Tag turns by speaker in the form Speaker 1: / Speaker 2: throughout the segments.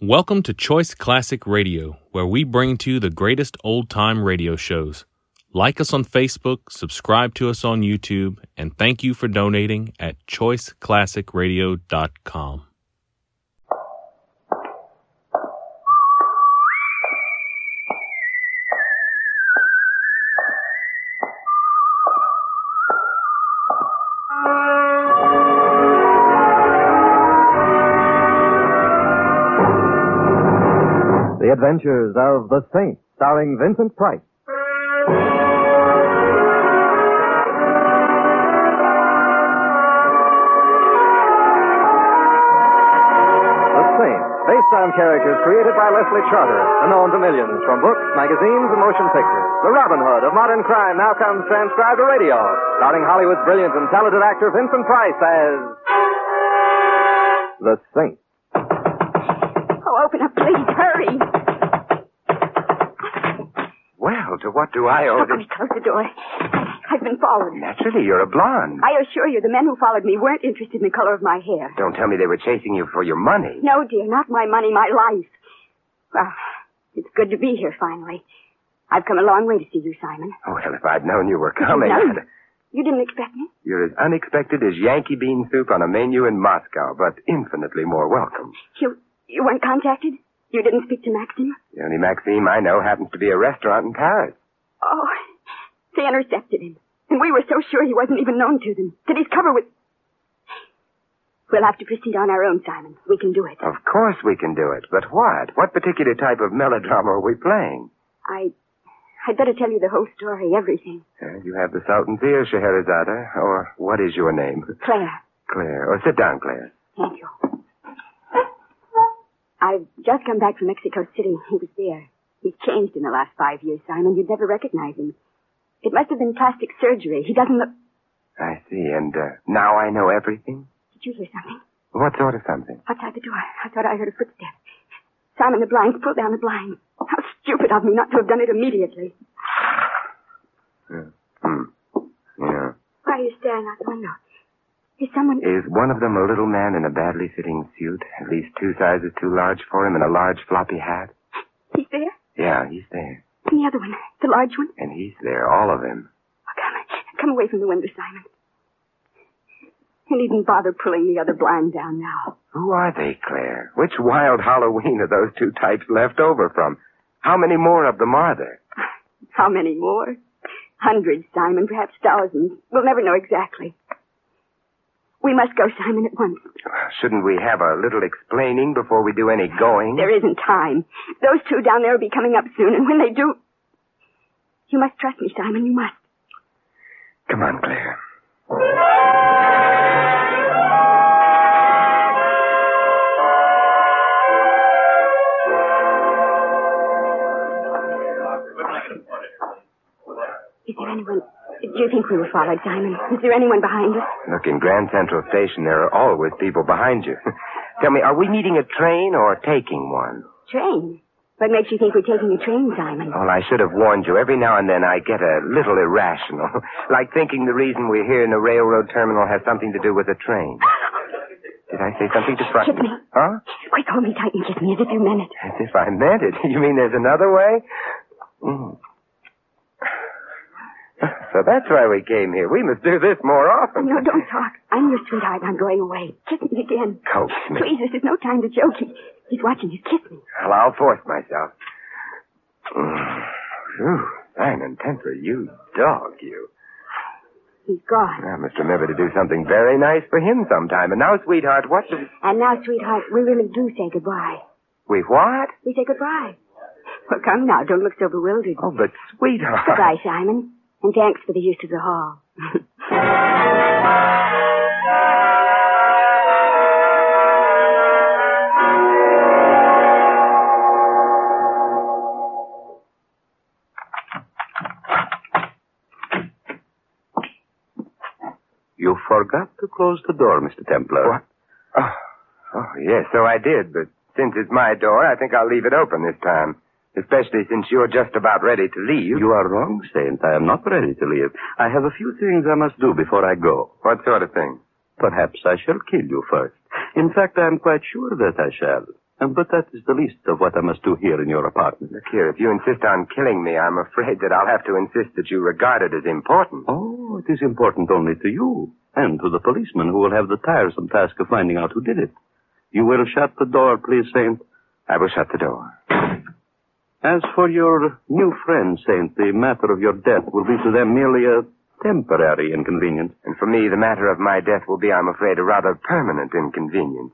Speaker 1: Welcome to Choice Classic Radio, where we bring to you the greatest old time radio shows. Like us on Facebook, subscribe to us on YouTube, and thank you for donating at choiceclassicradio.com.
Speaker 2: The Adventures of the Saint, starring Vincent Price. The Saint, based on characters created by Leslie Charter, unknown to millions from books, magazines, and motion pictures. The Robin Hood of modern crime now comes transcribed to radio, starring Hollywood's brilliant and talented actor Vincent Price as the Saint.
Speaker 3: Oh, open up, please. Hurry.
Speaker 4: Well, to what do I owe
Speaker 3: Oh,
Speaker 4: this?
Speaker 3: please close the door. I've been followed.
Speaker 4: Naturally, you're a blonde.
Speaker 3: I assure you, the men who followed me weren't interested in the color of my hair.
Speaker 4: Don't tell me they were chasing you for your money.
Speaker 3: No, dear, not my money, my life. Well, it's good to be here finally. I've come a long way to see you, Simon.
Speaker 4: Well, Oh, if I'd known you were coming,
Speaker 3: No.
Speaker 4: I'd-
Speaker 3: You didn't expect me?
Speaker 4: you're as unexpected as Yankee bean soup on a menu in Moscow, but infinitely more welcome.
Speaker 3: You you weren't contacted? You didn't speak to Maxim?
Speaker 4: The only Maxime I know happens to be a restaurant in Paris.
Speaker 3: Oh, they intercepted him. And we were so sure he wasn't even known to them. That he's covered with... We'll have to proceed on our own, Simon. We can do it.
Speaker 4: Of course we can do it, but what? What particular type of melodrama are we playing?
Speaker 3: I... I'd better tell you the whole story, everything.
Speaker 4: Uh, you have the Sultan's ear, Scheherazade, or what is your name?
Speaker 3: Claire,
Speaker 4: Claire. Oh, sit down, Claire.
Speaker 3: thank you. I've just come back from Mexico City. He was there. He's changed in the last five years, Simon. You'd never recognize him. It must have been plastic surgery. He doesn't look...
Speaker 4: I see, and uh, now I know everything?
Speaker 3: Did you hear something?
Speaker 4: What sort of something?
Speaker 3: Outside the door. I thought I heard a footstep. Simon, the blinds. Pull down the blinds. How stupid of me not to have done it immediately.
Speaker 4: Hmm. Yeah.
Speaker 3: Why are you staring out the window? Is someone...
Speaker 4: Is one of them a little man in a badly fitting suit, at least two sizes too large for him, and a large floppy hat?
Speaker 3: He's there?
Speaker 4: Yeah, he's there.
Speaker 3: And the other one. The large one.
Speaker 4: And he's there, all of him.
Speaker 3: Oh, come, come away from the window, Simon. You needn't bother pulling the other blind down now.
Speaker 4: Who are they, Claire? Which wild Halloween are those two types left over from? How many more of them are there?
Speaker 3: How many more? Hundreds, Simon, perhaps thousands. We'll never know exactly. We must go, Simon, at once.
Speaker 4: Shouldn't we have a little explaining before we do any going?
Speaker 3: There isn't time. Those two down there will be coming up soon, and when they do. You must trust me, Simon, you must.
Speaker 4: Come on, Claire.
Speaker 3: Is there anyone. Do you think we were followed, Simon? Is there anyone behind us?
Speaker 4: Look, in Grand Central Station, there are always people behind you. Tell me, are we needing a train or taking one?
Speaker 3: Train? What makes you think we're taking a train, Simon?
Speaker 4: Well, I should have warned you. Every now and then I get a little irrational. like thinking the reason we're here in a railroad terminal has something to do with a train. Did I say something to frighten
Speaker 3: Kiss me.
Speaker 4: Huh?
Speaker 3: Quick, hold me tight and kiss me as if you meant it.
Speaker 4: As if I meant it. You mean there's another way? Mm. So that's why we came here. We must do this more
Speaker 3: Oh,
Speaker 4: often.
Speaker 3: no, don't talk. I'm your sweetheart. I'm going away. Kiss me again.
Speaker 4: Coax me.
Speaker 3: Please, this is no time to joke. He, he's watching you. Kiss me.
Speaker 4: Well, I'll force myself. Mm. Phew. Simon Temper, you dog, you.
Speaker 3: He's gone.
Speaker 4: I must remember to do something very nice for him sometime. And now, sweetheart, what do
Speaker 3: And now, sweetheart, we really do say goodbye.
Speaker 4: we what?
Speaker 3: We say goodbye. Well, come now. Don't look so bewildered.
Speaker 4: Oh, but sweetheart.
Speaker 3: Goodbye, Simon. And thanks for the use of the hall.
Speaker 4: You forgot to close the door, Mr. Templar. What? Oh, oh, yes, so I did. But since it's my door, I think I'll leave it open this time. Especially since you're just about ready to leave.
Speaker 5: You are wrong, Saint. I am not ready to leave. I have a few things I must do before I go.
Speaker 4: What sort of thing?
Speaker 5: Perhaps I shall kill you first. In fact, I am quite sure that I shall. Uh, But that is the least of what I must do here in your apartment.
Speaker 4: Look here, if you insist on killing me, I'm afraid that I'll have to insist that you regard it as important.
Speaker 5: Oh, it is important only to you and to the policeman who will have the tiresome task of finding out who did it. You will shut the door, please, Saint.
Speaker 4: I will shut the door.
Speaker 5: As for your new friend, Saint, the matter of your death will be to them merely a temporary inconvenience.
Speaker 4: And for me, the matter of my death will be, I'm afraid, a rather permanent inconvenience.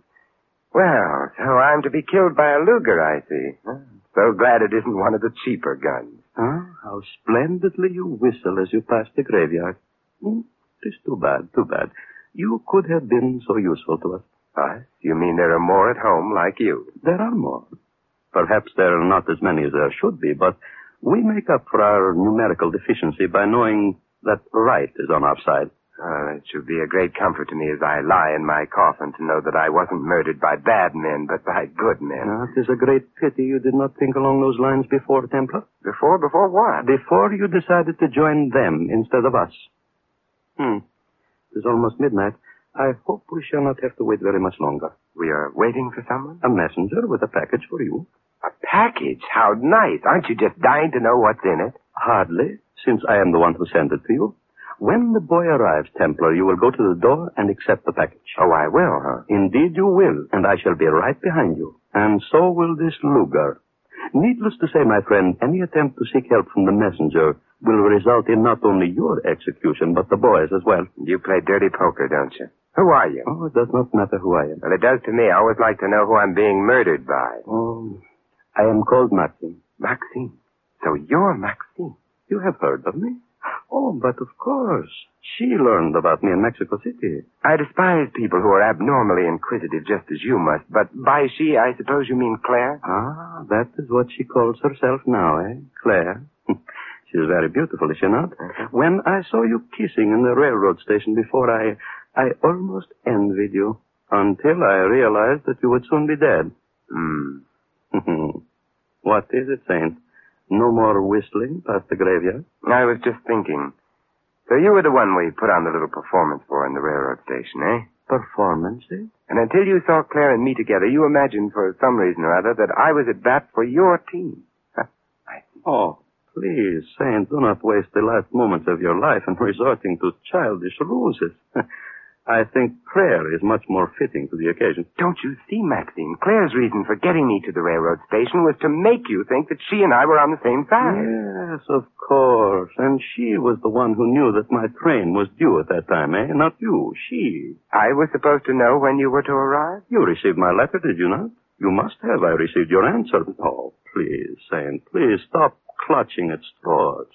Speaker 4: Well, so I'm to be killed by a Luger, I see. Huh. So glad it isn't one of the cheaper guns.
Speaker 5: Ah, how splendidly you whistle as you pass the graveyard. Hmm, it is too bad, too bad. You could have been so useful to us.
Speaker 4: Us? Ah, You mean there are more at home like you?
Speaker 5: There are more. Perhaps there are not as many as there should be, but we make up for our numerical deficiency by knowing that right is on our side.
Speaker 4: Well, it should be a great comfort to me as I lie in my coffin to know that I wasn't murdered by bad men, but by good men.
Speaker 5: Now, it is a great pity you did not think along those lines before, Templar.
Speaker 4: Before, before what?
Speaker 5: Before you decided to join them instead of us. Hmm. It is almost midnight. I hope we shall not have to wait very much longer.
Speaker 4: We are waiting for someone?
Speaker 5: A messenger with a package for you.
Speaker 4: A package? How nice. Aren't you just dying to know what's in it?
Speaker 5: Hardly, since I am the one who sent it to you. When the boy arrives, Templar, you will go to the door and accept the package.
Speaker 4: Oh, I will, huh?
Speaker 5: Indeed you will, and I shall be right behind you. And so will this Luger. Needless to say, my friend, any attempt to seek help from the messenger will result in not only your execution, but the boy's as well.
Speaker 4: You play dirty poker, don't you? Who are you?
Speaker 5: Oh, it does not matter who I am.
Speaker 4: Well, it does to me. I always like to know who I'm being murdered by.
Speaker 5: Oh, I am called Maxim.
Speaker 4: Maxine. So you're Maxine.
Speaker 5: You have heard of me? Oh, but of course. She learned about me in Mexico City.
Speaker 4: I despise people who are abnormally inquisitive, just as you must. But by she, I suppose you mean Claire?
Speaker 5: Ah, that is what she calls herself now, eh, Claire? She's very beautiful, is she not? When I saw you kissing in the railroad station before, I, I almost envied you until I realized that you would soon be dead.
Speaker 4: Hmm.
Speaker 5: what is it, Saint? No more whistling past the graveyard?
Speaker 4: I was just thinking. So you were the one we put on the little performance for in the railroad station, eh?
Speaker 5: Performance, eh?
Speaker 4: And until you saw Claire and me together, you imagined for some reason or other that I was at bat for your team.
Speaker 5: Oh, please, Saint, do not waste the last moments of your life in resorting to childish ruses. I think prayer is much more fitting to the occasion.
Speaker 4: Don't you see, Maxine? Claire's reason for getting me to the railroad station was to make you think that she and I were on the same side.
Speaker 5: Yes, of course. And she was the one who knew that my train was due at that time, eh? Not you, she.
Speaker 4: I was supposed to know when you were to arrive.
Speaker 5: You received my letter, did you not? You must have. I received your answer. Oh, please, Saint, please stop clutching at straws.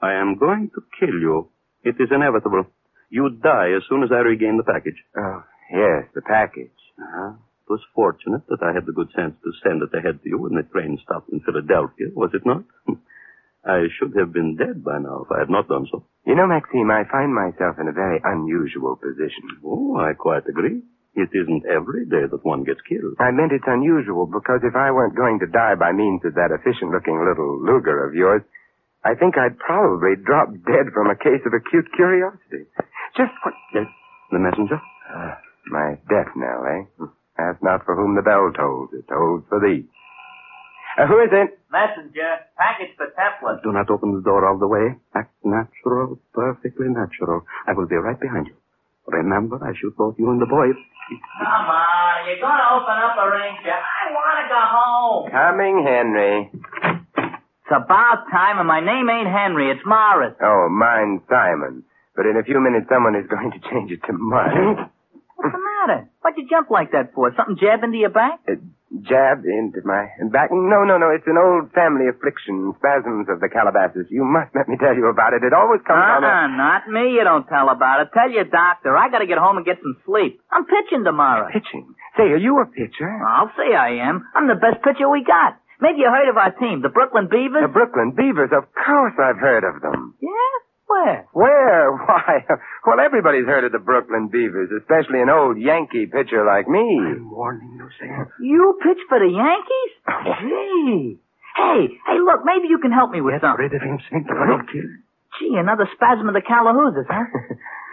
Speaker 5: I am going to kill you. It is inevitable. You die as soon as I regain the package.
Speaker 4: Oh, yes, the package.
Speaker 5: Ah, it was fortunate that I had the good sense to send it ahead to you when the train stopped in Philadelphia, was it not? I should have been dead by now if I had not done so.
Speaker 4: You know, Maxime, I find myself in a very unusual position.
Speaker 5: Oh, I quite agree. It isn't every day that one gets killed.
Speaker 4: I meant it's unusual because if I weren't going to die by means of that efficient-looking little Luger of yours, I think I'd probably drop dead from a case of acute curiosity. Just what...
Speaker 5: The messenger?
Speaker 4: My death knell, eh? Ask not for whom the bell tolls. It tolls for thee. Uh, who is it?
Speaker 6: Messenger, package for Templar.
Speaker 5: Do not open the door all the way. Act natural, perfectly natural. I will be right behind you. Remember, I shoot both you and the boy.
Speaker 6: Come on, Uh, you're gonna open up a ranger. I wanna go home.
Speaker 4: Coming, Henry.
Speaker 6: It's about time, and my name ain't Henry, it's Morris.
Speaker 4: Oh, mine's Simon. But in a few minutes, someone is going to change it to mine.
Speaker 6: What's the matter? Why'd you jump like that for? Something jab into your back?
Speaker 4: Uh, jabbed into my back. No, no, no. It's an old family affliction, spasms of the Calabasas. You must let me tell you about it. It always comes on a...
Speaker 5: Ah.
Speaker 6: Uh-uh, not me you don't tell about it. Tell your doctor. I gotta get home and get some sleep. I'm pitching tomorrow.
Speaker 4: Pitching. Say, are you a pitcher?
Speaker 5: Ah.
Speaker 6: I'll say I am. I'm the best pitcher we got. Maybe you heard of our team, the Brooklyn Beavers?
Speaker 4: The Brooklyn Beavers. Of course I've heard of them.
Speaker 6: yeah? Where?
Speaker 4: Where? Why? Well, everybody's heard of the Brooklyn Beavers, especially an old Yankee pitcher like me.
Speaker 5: warning you, Sam.
Speaker 6: You pitch for the Yankees? Gee. Hey, hey, look, maybe you can help me with something.
Speaker 5: Rid of him, Saint. I will kill him.
Speaker 6: Gee, another spasm of the Calahoozas, huh?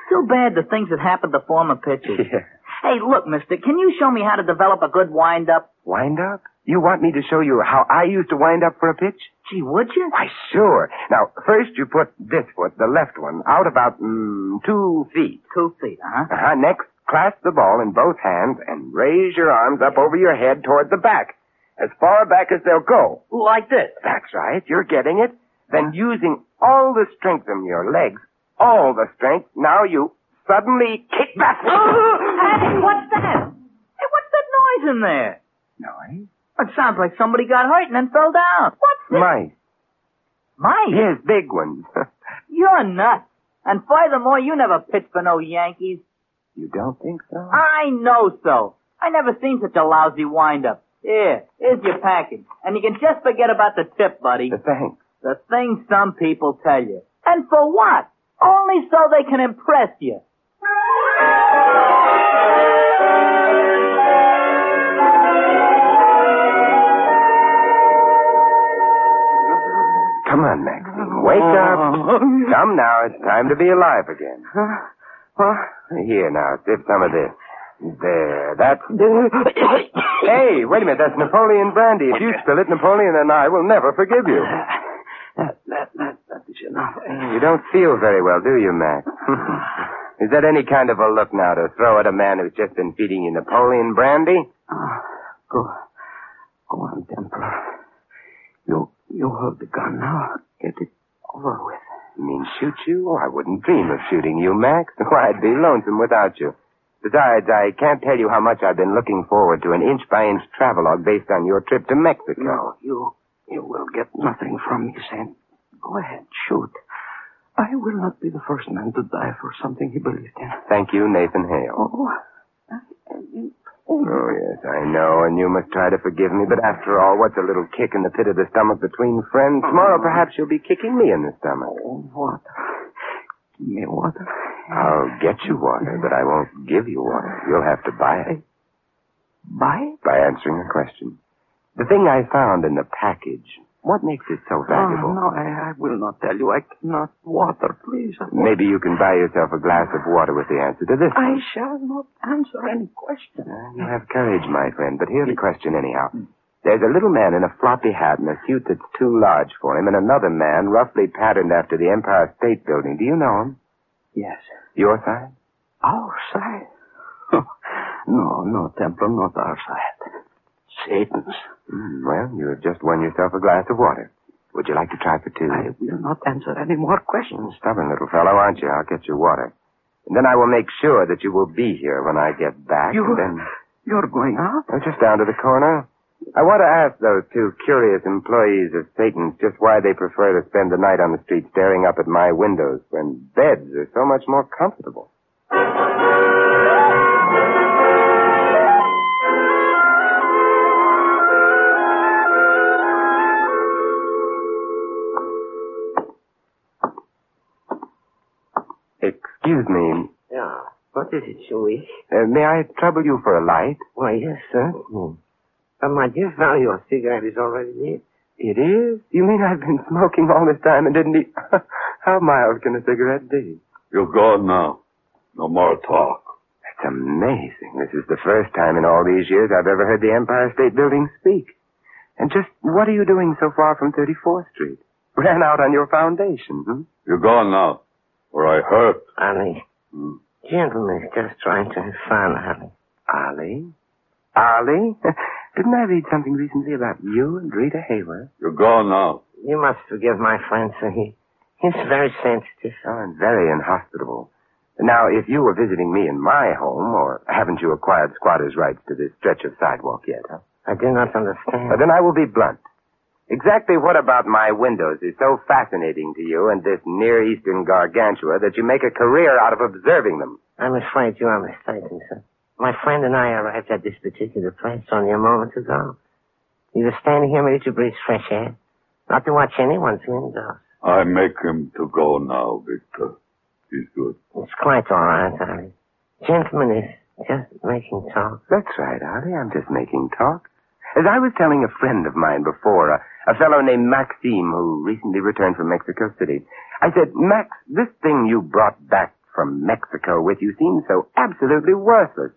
Speaker 6: Too bad the things that happened to former pitchers.
Speaker 4: Yeah.
Speaker 6: Hey, look, mister, can you show me how to develop a good wind-up?
Speaker 4: Wind up? You want me to show you how I used to wind up for a pitch?
Speaker 6: Gee, would you?
Speaker 4: Why, sure. Now, first you put this foot, the left one, out about mm, two feet.
Speaker 6: Two feet, huh?
Speaker 4: Uh-huh. Next, clasp the ball in both hands and raise your arms up over your head toward the back, as far back as they'll go.
Speaker 6: Like this.
Speaker 4: That's right. You're getting it. Then using all the strength in your legs, all the strength, now you suddenly kick back.
Speaker 6: hey, what's that? Hey, what's that noise in there?
Speaker 4: Noise?
Speaker 6: It sounds like somebody got hurt and then fell down. What's this?
Speaker 4: Mice.
Speaker 6: Mike,
Speaker 4: Yes, big ones.
Speaker 6: you're nuts. And furthermore, you never pitched for no Yankees.
Speaker 4: you don't think so?
Speaker 6: I know so. I never seen such a lousy windup. Here, here's your package. And you can just forget about the tip, buddy.
Speaker 4: Thanks.
Speaker 6: The thing some people tell you. And for what? Only so they can impress you.
Speaker 4: Come on, Maxine. Wake
Speaker 5: Oh.
Speaker 4: up. Come now. It's time to be alive again. Here now, sip some of this. There, that's. hey, wait a minute. That's Napoleon brandy. If you spill it, Napoleon and I will never forgive you.
Speaker 5: That, that, that, that is enough.
Speaker 4: You don't feel very well, do you, Max? Is that any kind of a look now to throw at a man who's just been feeding you Napoleon brandy?
Speaker 5: Ah, go, go on, Templar. You, you hold the gun now. Get it over with.
Speaker 4: You mean shoot you? Oh, I wouldn't dream of shooting you, Max. Why, I'd be lonesome without you. Besides, I can't tell you how much I've been looking forward to an inch by inch travelogue based on your trip to Mexico.
Speaker 5: No, you, you will get nothing from me, Sam. Go ahead, shoot. I will not be the first man to die for something he believed in.
Speaker 4: Thank you, Nathan Hale.
Speaker 5: Oh, I, I,
Speaker 4: Oh, yes, I know, and you must try to forgive me, but after all, what's a little kick in the pit of the stomach between friends? Tomorrow, perhaps you'll be kicking me in the stomach.
Speaker 5: oh, water. Give me water.
Speaker 4: I'll get you water, but I won't give you water. You'll have to buy it
Speaker 5: Buy it?
Speaker 4: by answering a question. The thing I found in the package, what makes it so valuable?
Speaker 5: Oh, no, I, I will not tell you. I cannot. Water, please. I won't.
Speaker 4: Maybe you can buy yourself a glass of water with the answer to this.
Speaker 5: I shall not answer any question. Hmm.
Speaker 4: Uh, You have courage, my friend, but here's a question anyhow. There's a little man in a floppy hat and a suit that's too large for him, and another man roughly patterned after the Empire State Building. Do you know him?
Speaker 5: Yes.
Speaker 4: Your side?
Speaker 5: Our side? no, no, Templar, not our side. Satan's.
Speaker 4: Hmm, well, you have just won yourself a glass of water. Would you like to try for two?
Speaker 5: I will not answer any more questions.
Speaker 4: Stubborn little fellow, aren't you? I'll get you water. And then I will make sure that you will be here when I get back.
Speaker 5: You-
Speaker 4: And then...
Speaker 5: You're going out?
Speaker 4: Oh, just down to the corner. I want to ask those two curious employees of Satan's just why they prefer to spend the night on the street staring up at my windows when beds are so much more comfortable. Excuse me.
Speaker 7: Yeah. What is it, Chewy?
Speaker 4: Uh, may I trouble you for a light? Mm.
Speaker 7: Why, yes, sir. But my dear fellow, your cigarette is already lit.
Speaker 4: It is? You mean I've been smoking all this time and didn't eat? How mild can a cigarette be?
Speaker 8: You're gone now. No more talk.
Speaker 4: That's amazing. This is the first time in all these years I've ever heard the Empire State Building speak. And just what are you doing so far from 34th Street? Ran out on your foundation, hmm?
Speaker 8: You're gone now. Or I hurt.
Speaker 7: Ali.
Speaker 4: Hmm.
Speaker 7: Gentlemen, just trying to have fun, Ali.
Speaker 4: Ali? Ali? didn't I read something recently about you and Rita Hayworth?
Speaker 8: You're gone now.
Speaker 7: You must forgive my friend, sir. He, he's very sensitive.
Speaker 4: Oh, and very inhospitable. Now, if you were visiting me in my home, or haven't you acquired squatter's rights to this stretch of sidewalk yet, huh?
Speaker 7: I do not
Speaker 4: Well,
Speaker 7: understand.
Speaker 4: then I will be blunt. Exactly what about my windows is so fascinating to you and this Near Eastern gargantua that you make a career out of observing them?
Speaker 7: I'm afraid you are mistaken, sir. My friend and I arrived at this particular place only a moment ago. We were standing here ready to breathe fresh air, not to watch anyone's windows.
Speaker 8: I make him to go now, Victor. He's good.
Speaker 7: It's quite all right, Ali. Gentlemen is just making talk.
Speaker 4: That's right, Ollie. I'm just making talk. As I was telling a friend of mine before, a, a fellow named Maxime who recently returned from Mexico City, I said, Max, this thing you brought back from Mexico with you seems so absolutely worthless.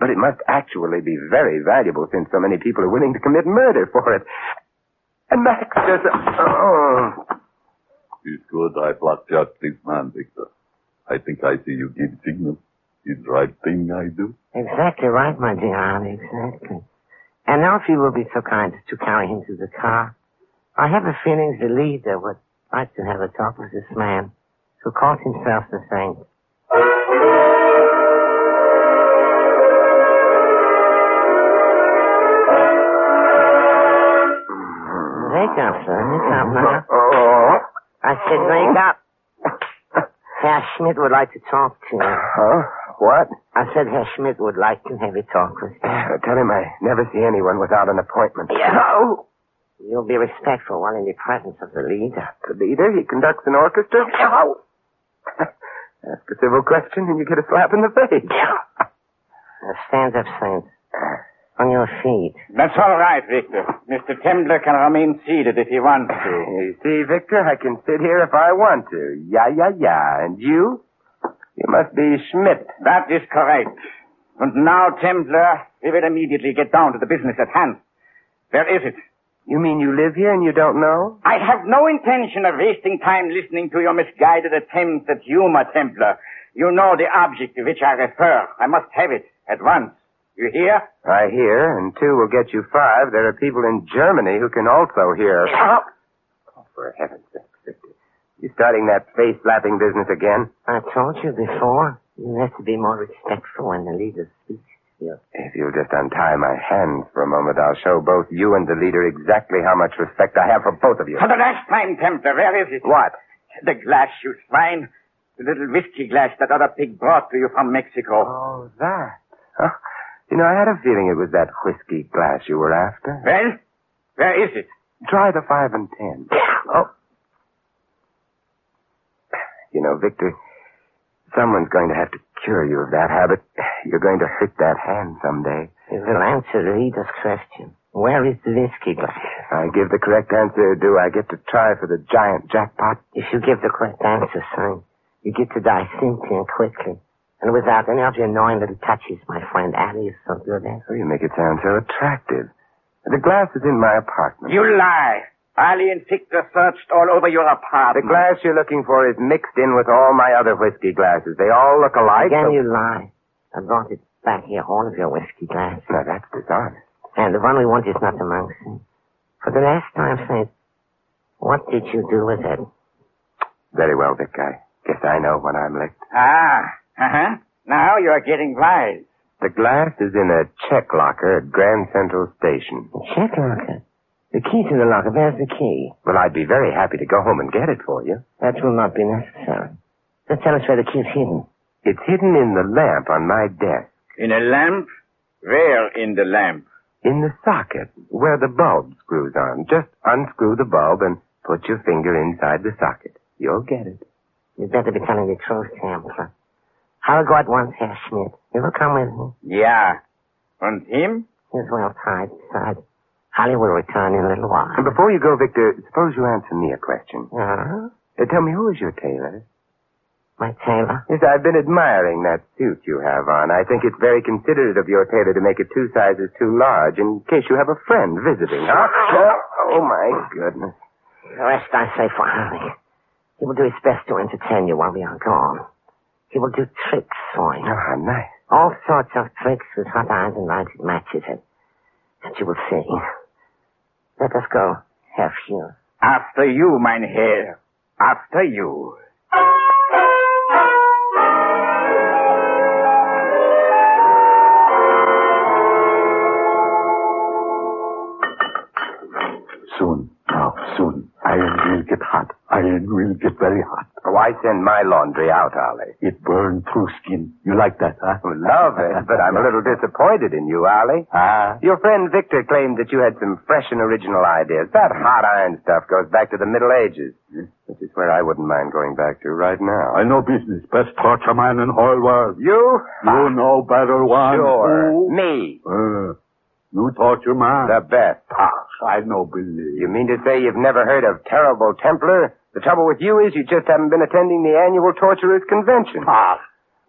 Speaker 2: But it must actually be very valuable since so many people are willing to commit murder for it. And Max just... Oh.
Speaker 5: It's good I blocked out this man, Victor. I think I see you give signal. It's right thing I do.
Speaker 7: Exactly right, my dear Arnie, exactly. And now if you will be so kind as to carry him to the car, I have a feeling the leader would like to have a talk with this man who calls himself the saint. Wake up, son. Wake up now.
Speaker 2: Oh.
Speaker 7: I said, wake up. Herr Schmidt would like to talk to you.
Speaker 2: Huh? What?
Speaker 7: I said Herr Schmidt would like to have a talk with you.
Speaker 2: Uh, Tell him I never see anyone without an appointment.
Speaker 7: No! You'll be respectful while in the presence of the leader.
Speaker 2: The leader, he conducts an orchestra. Ask a civil question and you get a slap in the face.
Speaker 7: Now stand up, Saint. On your feet.
Speaker 4: That's all right, Victor. Mr. Tembler can remain seated if he wants to.
Speaker 2: You see, Victor, I can sit here if I want to. Yeah, yeah, yeah. And you? You must be Schmidt.
Speaker 4: That is correct. And now, Tembler, we will immediately get down to the business at hand. Where is it?
Speaker 2: You mean you live here and you don't know?
Speaker 4: I have no intention of wasting time listening to your misguided attempts at humor, Templar. You know the object to which I refer. I must have it at once. You hear?
Speaker 2: I hear, and two will get you five. There are people in Germany who can also hear. Oh, for heaven's sake, Victor. You starting that face slapping business again?
Speaker 7: I told you before, you have to be more respectful when the leader speaks to you.
Speaker 2: If you'll just untie my hands for a moment, I'll show both you and the leader exactly how much respect I have for both of you.
Speaker 4: For the last time, Templar, where is it?
Speaker 2: What?
Speaker 4: The glass, you swine. The little whiskey glass that other pig brought to you from Mexico.
Speaker 2: Oh, that. Huh? You know, I had a feeling it was that whiskey glass you were after.
Speaker 4: Well, where is it?
Speaker 2: Try the five and ten. Oh. You know, Victor, someone's going to have to cure you of that habit. You're going to hurt that hand someday.
Speaker 7: You will answer the leader's question. Where is the whiskey glass?
Speaker 2: If I give the correct answer, do I get to try for the giant jackpot?
Speaker 7: If you give the correct answer, son, you get to die simply and quickly. And without any of your annoying little touches, my friend. Annie is so good eh? at
Speaker 2: Oh, you make it sound so attractive. The glass is in my apartment.
Speaker 4: You lie. Ali and Victor searched all over your
Speaker 2: The
Speaker 4: apartment.
Speaker 2: glass you're looking for is mixed in with all my other whiskey glasses. They all look alike.
Speaker 7: Again,
Speaker 2: so-
Speaker 7: you lie. I brought it back here, all of your whiskey glass.
Speaker 2: Now, that's dishonest.
Speaker 7: And the one we want is not amongst them. For the last time, Saint, what did you do with it?
Speaker 2: Very well, Vic. I guess I know when I'm licked.
Speaker 4: Ah, uh-huh. Now you are getting wise.
Speaker 2: The glass is in a check locker at Grand Central Station.
Speaker 7: The check locker. The key to the locker. There's the key.
Speaker 2: Well, I'd be very happy to go home and get it for you.
Speaker 7: That will not be necessary. Just tell us where the key is hidden.
Speaker 2: It's hidden in the lamp on my desk,
Speaker 4: In a lamp? Where in the lamp?
Speaker 2: in the socket where the bulb screws on. Just unscrew the bulb and put your finger inside the socket. You'll get it.
Speaker 7: You'd better be telling the truth, Templar. I'll go at once, Herr Schmidt. You will come with me.
Speaker 4: Yeah. And him?
Speaker 7: He's well tied aside. Holly will return in a little while.
Speaker 2: And before you go, Victor, suppose you answer me a question.
Speaker 7: Uh-huh.
Speaker 2: Uh, tell me, who is your tailor?
Speaker 7: My tailor.
Speaker 2: Yes, I've been admiring that suit you have on. I think it's very considerate of your tailor to make it two sizes too large in case you have a friend visiting. Huh? Oh, oh, my goodness.
Speaker 7: The rest I say for Harry. He will do his best to entertain you while we are gone. He will do tricks for you.
Speaker 2: Ah, nice.
Speaker 7: All sorts of tricks with hot eyes and lighted matches. And, and you will see. Let us go, Herr Hugh.
Speaker 4: After you, mein Herr. After you.
Speaker 5: Soon, now, soon. Iron will get hot. Iron will get very hot.
Speaker 2: Oh, I send my laundry out, Ollie.
Speaker 5: It burn through skin. You like that, huh?
Speaker 2: Love it, but I'm a little disappointed in you, Ollie.
Speaker 5: Ah,
Speaker 2: Your friend Victor claimed that you had some fresh and original ideas. That hot iron stuff goes back to the Middle Ages, which is where I wouldn't mind going back to right now.
Speaker 5: I know business. Best torture man in whole world.
Speaker 2: You?
Speaker 5: You know better one.
Speaker 2: Sure.
Speaker 5: Who?
Speaker 2: Me.
Speaker 5: Uh, you torture man.
Speaker 2: The best.
Speaker 5: Pass. I know believe.
Speaker 2: You mean to say you've never heard of Terrible Templar? The trouble with you is you just haven't been attending the annual torturers convention.
Speaker 5: Pass.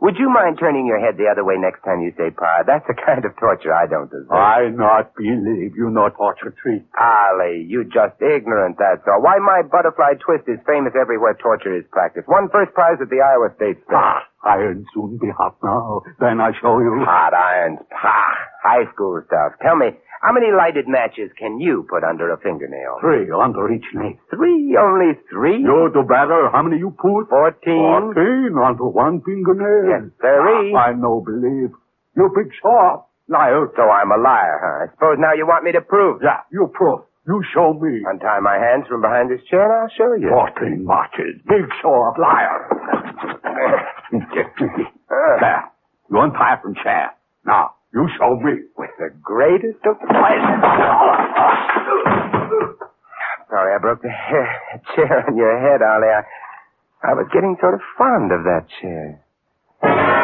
Speaker 4: Would you mind turning your head the other way next time you say pa? That's the kind of torture I don't deserve.
Speaker 8: I not believe you not touch a tree.
Speaker 4: Ollie, you just ignorant, that's all. Why my butterfly twist is famous everywhere torture is practiced. Won first prize at the Iowa State Fair.
Speaker 8: Ah, iron soon be hot now. Then I show you.
Speaker 5: Ah,
Speaker 4: Hot irons, pa. High school stuff. Tell me, how many lighted matches can you put under a fingernail?
Speaker 8: Three under each knee.
Speaker 4: Three, only three?
Speaker 8: You do better. How many you put?
Speaker 4: Fourteen.
Speaker 8: Fourteen under one fingernail.
Speaker 4: Yes, sirree.
Speaker 8: I no believe. You big short. Liar.
Speaker 4: So I'm a liar, huh? I suppose now you want me to prove.
Speaker 8: Yeah, you proof. You show me.
Speaker 4: Untie my hands from behind this chair and I'll show you.
Speaker 8: Fourteen matches. Big short. Liar. there. You untie from chair. Now, you show me.
Speaker 4: With the greatest of pleasure. Sorry, I broke the hair, chair on your head, Ollie. I, I was getting sort of fond of that chair.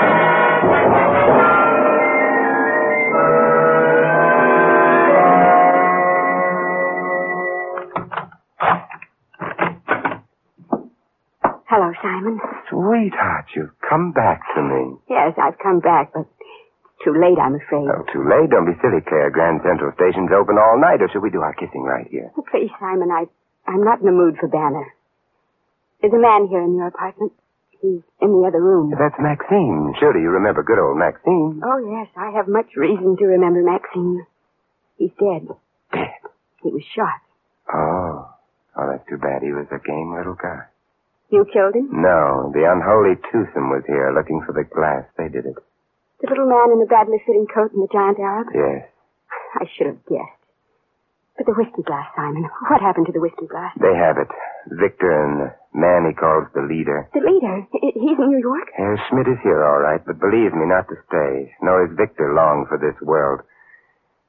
Speaker 3: Hello, Simon.
Speaker 4: Sweetheart, you've come back to me.
Speaker 3: Yes, I've come back, but it's too late, I'm afraid.
Speaker 4: Oh, too late. Don't be silly, Claire. Grand Central Station's open all night, or should we do our kissing right here?
Speaker 3: Oh, please, Simon, I, I'm not in the mood for Banner. There's a man here in your apartment. He's in the other room.
Speaker 4: That's Maxine. Surely you remember good old Maxine.
Speaker 3: Oh, yes, I have much reason to remember Maxine. He's dead.
Speaker 4: Dead.
Speaker 3: He was shot.
Speaker 4: Oh. Oh, that's too bad. He was a game little guy.
Speaker 3: You killed him?
Speaker 4: No, the unholy twosome was here looking for the glass. They did it.
Speaker 3: The little man in the badly fitting coat and the giant Arab?
Speaker 4: Yes.
Speaker 3: I should have guessed. But the whiskey glass, Simon. What happened to the whiskey glass?
Speaker 4: They have it. Victor and the man he calls the leader.
Speaker 3: The leader. He- He's in New York?
Speaker 4: Herr Schmidt is here, all right, but believe me, not to stay, nor is Victor long for this world.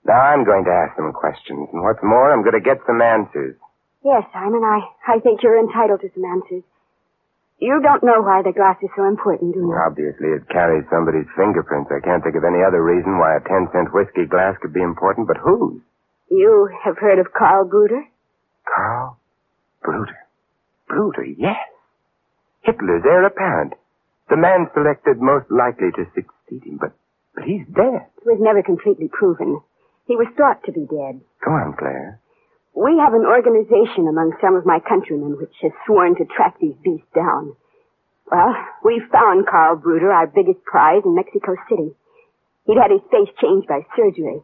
Speaker 4: Now I'm going to ask them questions, and what's more, I'm going to get some answers.
Speaker 3: Yes, Simon. I, I think you're entitled to some answers. You don't know why the glass is so important, do you?
Speaker 4: Obviously, it carries somebody's fingerprints. I can't think of any other reason why a ten cent whiskey glass could be important, but whose?
Speaker 3: You have heard of Carl Bruder?
Speaker 4: Carl Bruder. Bruder, yes. Hitler's heir apparent. The man selected most likely to succeed him, but, but he's dead.
Speaker 3: It was never completely proven. He was thought to be dead.
Speaker 4: Go on, Claire.
Speaker 3: We have an organization among some of my countrymen which has sworn to track these beasts down. Well, we found Carl Bruder, our biggest prize, in Mexico City. He'd had his face changed by surgery.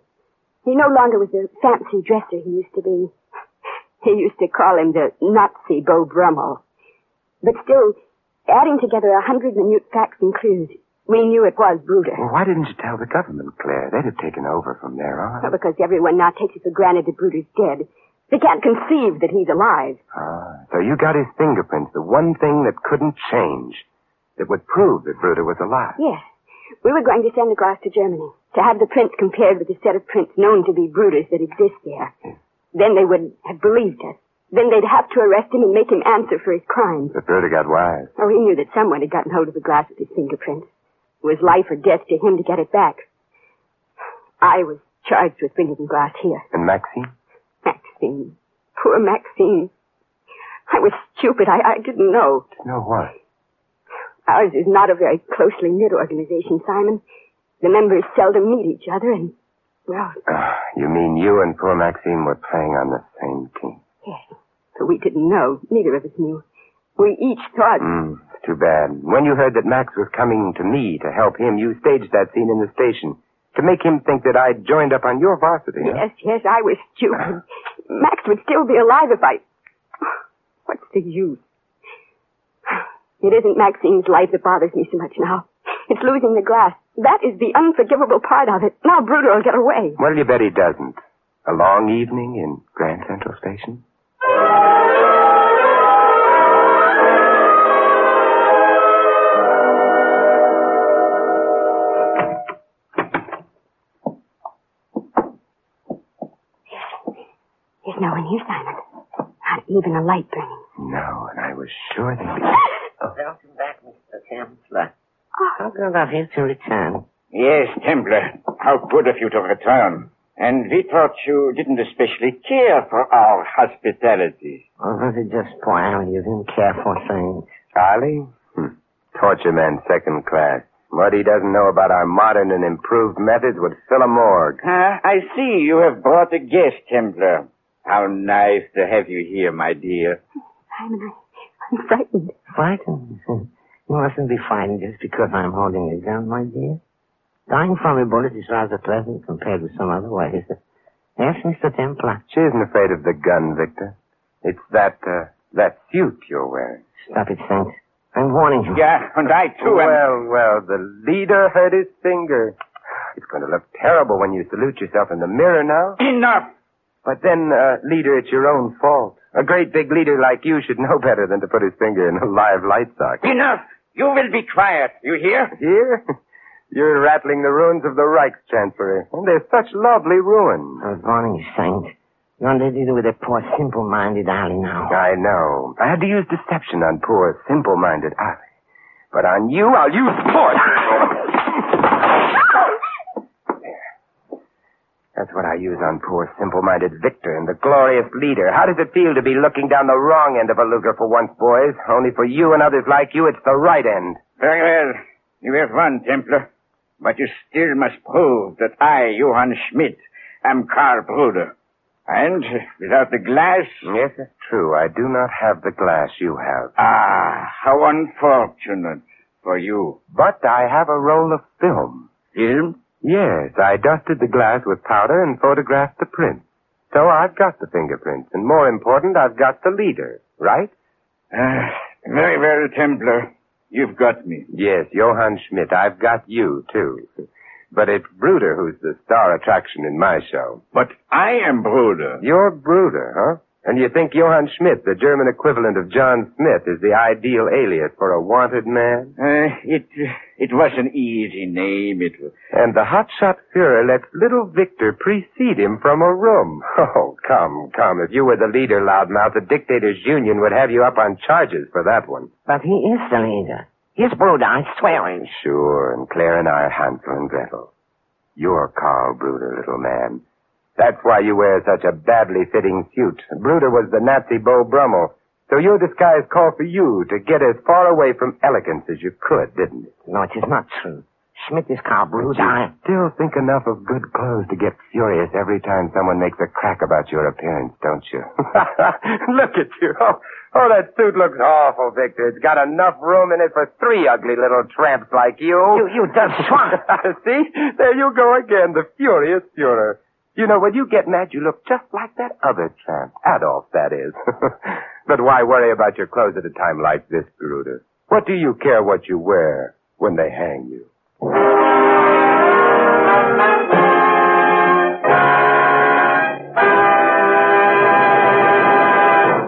Speaker 3: He no longer was the fancy dresser he used to be. He used to call him the Nazi Beau Brummel. But still, adding together a hundred minute facts and clues, we knew it was Bruder.
Speaker 4: Well, why didn't you tell the government, Claire? They'd have taken over from there on.
Speaker 3: Well, because everyone now takes it for granted that Bruder's dead. They can't conceive that he's alive.
Speaker 4: Ah, so you got his fingerprints, the one thing that couldn't change, that would prove that Bruder was alive.
Speaker 3: Yes. We were going to send the glass to Germany to have the prints compared with the set of prints known to be Bruder's that exist there. Then they would have believed us. Then they'd have to arrest him and make him answer for his crimes.
Speaker 4: But Bruder got wise.
Speaker 3: Oh, he knew that someone had gotten hold of the glass with his fingerprints. It was life or death to him to get it back. I was charged with bringing the glass here.
Speaker 4: And Maxine?
Speaker 3: Maxine. Poor Maxine. I was stupid. I, I didn't know.
Speaker 4: No, what?
Speaker 3: Ours is not a very closely knit organization, Simon. The members seldom meet each other, and, well,
Speaker 4: Ah, you mean you and poor Maxine were playing on the same team?
Speaker 3: yes. But we didn't know. Neither of us knew. We each thought.
Speaker 4: Mm, too bad. When you heard that Max was coming to me to help him, you staged that scene in the station to make him think that I'd joined up on your varsity. huh?
Speaker 3: Yes, yes, I was stupid. Max would still be alive if I. What's the use? It isn't Maxine's life that bothers me so much now. It's losing the glass. That is the unforgivable part of it. Now Bruder will get away.
Speaker 4: Well, you bet he doesn't. A long evening in Grand Central Station?
Speaker 3: There's no one here, Simon. Not even a light burning.
Speaker 4: No, and I was sure they'd be.
Speaker 7: Welcome back, Mr. Templar. So good of you to return.
Speaker 9: Yes, Templar. How good of you to return. And we thought you didn't especially care for our hospitality.
Speaker 7: Or was it just spoil? You didn't care for things.
Speaker 4: Charlie? Hmm. Torture man, second class. What he doesn't know about our modern and improved methods would fill a morgue.
Speaker 9: Ah, I see you have brought a guest, Templar. How nice to have you here, my dear.
Speaker 3: Simon, I, I'm frightened.
Speaker 7: Frightened? You mustn't be frightened just because I'm holding a gun, my dear. Dying from a bullet is rather pleasant compared with some other ways. Yes, Mr. Templar.
Speaker 4: She isn't afraid of the gun, Victor. It's that, uh, that suit you're wearing.
Speaker 7: Stop it, Saint. I'm warning you.
Speaker 9: Yeah, and I too am.
Speaker 4: Well, well, the leader hurt his finger. It's going to look terrible when you salute yourself in the mirror now.
Speaker 9: Enough!
Speaker 4: But then, uh, leader, it's your own fault. A great big leader like you should know better than to put his finger in a live light socket.
Speaker 9: Enough! You will be quiet. You hear?
Speaker 4: Here? You're rattling the ruins of the Reich's Chancellery. And they're such lovely ruins.
Speaker 7: I was warning you, Saint. You're only dealing with a poor, simple-minded alley now.
Speaker 4: I know. I had to use deception on poor, simple-minded Ali. But on you, I'll use force. There. That's what I use on poor, simple-minded Victor and the glorious leader. How does it feel to be looking down the wrong end of a Luger for once, boys? Only for you and others like you, it's the right end.
Speaker 9: Very well. You have won, Templar. But you still must prove that I, Johann Schmidt, am Karl Bruder. And without the glass.
Speaker 4: Yes, it's true. I do not have the glass you have.
Speaker 9: Ah, how unfortunate for you.
Speaker 4: But I have a roll of film.
Speaker 9: Film?
Speaker 4: Yes, I dusted the glass with powder and photographed the prints. So I've got the fingerprints, and more important, I've got the leader, right?
Speaker 9: Ah, very well, Templar. You've got me.
Speaker 4: Yes, Johann Schmidt, I've got you, too. But it's Bruder who's the star attraction in my show.
Speaker 9: But I am Bruder.
Speaker 4: You're Bruder, huh? And you think Johann Schmidt, the German equivalent of John Smith, is the ideal alias for a wanted man?
Speaker 9: Uh, it it was an easy name. It was.
Speaker 4: And the hotshot Fuhrer lets little Victor precede him from a room. Oh, come, come. If you were the leader, Loudmouth, the Dictators Union would have you up on charges for that one.
Speaker 7: But he is the leader. He's Bruder, I swear him.
Speaker 4: Sure, and Claire and I are Hansel and Gretel. You're Carl Bruder, little man. That's why you wear such a badly fitting suit. Bruder was the Nazi Beau Brummel. So your disguise called for you to get as far away from elegance as you could, didn't it?
Speaker 7: No, it is not true. Schmidt is Carl Bruder.
Speaker 4: I still think enough of good clothes to get furious every time someone makes a crack about your appearance, don't you? Look at you. Oh, oh, that suit looks awful, Victor. It's got enough room in it for three ugly little tramps like you.
Speaker 7: You, you dumb swine.
Speaker 4: See? There you go again, the furious Fuhrer. You know, when you get mad, you look just like that other tramp. Adolf, that is. but why worry about your clothes at a time like this, Gruder? What do you care what you wear when they hang you?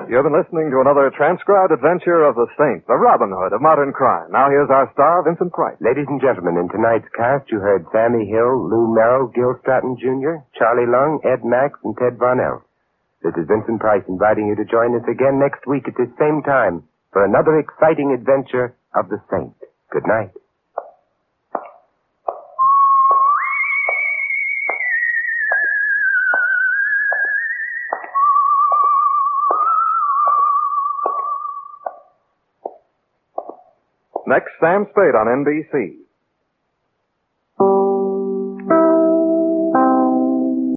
Speaker 2: You've been listening to another transcribed adventure of the Saint, the Robin Hood of modern crime. Now here's our star, Vincent Price.
Speaker 4: Ladies and gentlemen, in tonight's cast, you heard Sammy Hill, Lou Merrill, Gil Stratton Jr., Charlie Lung, Ed Max, and Ted Von L. This is Vincent Price inviting you to join us again next week at this same time for another exciting adventure of the Saint. Good night.
Speaker 2: Next, Sam Spade on NBC.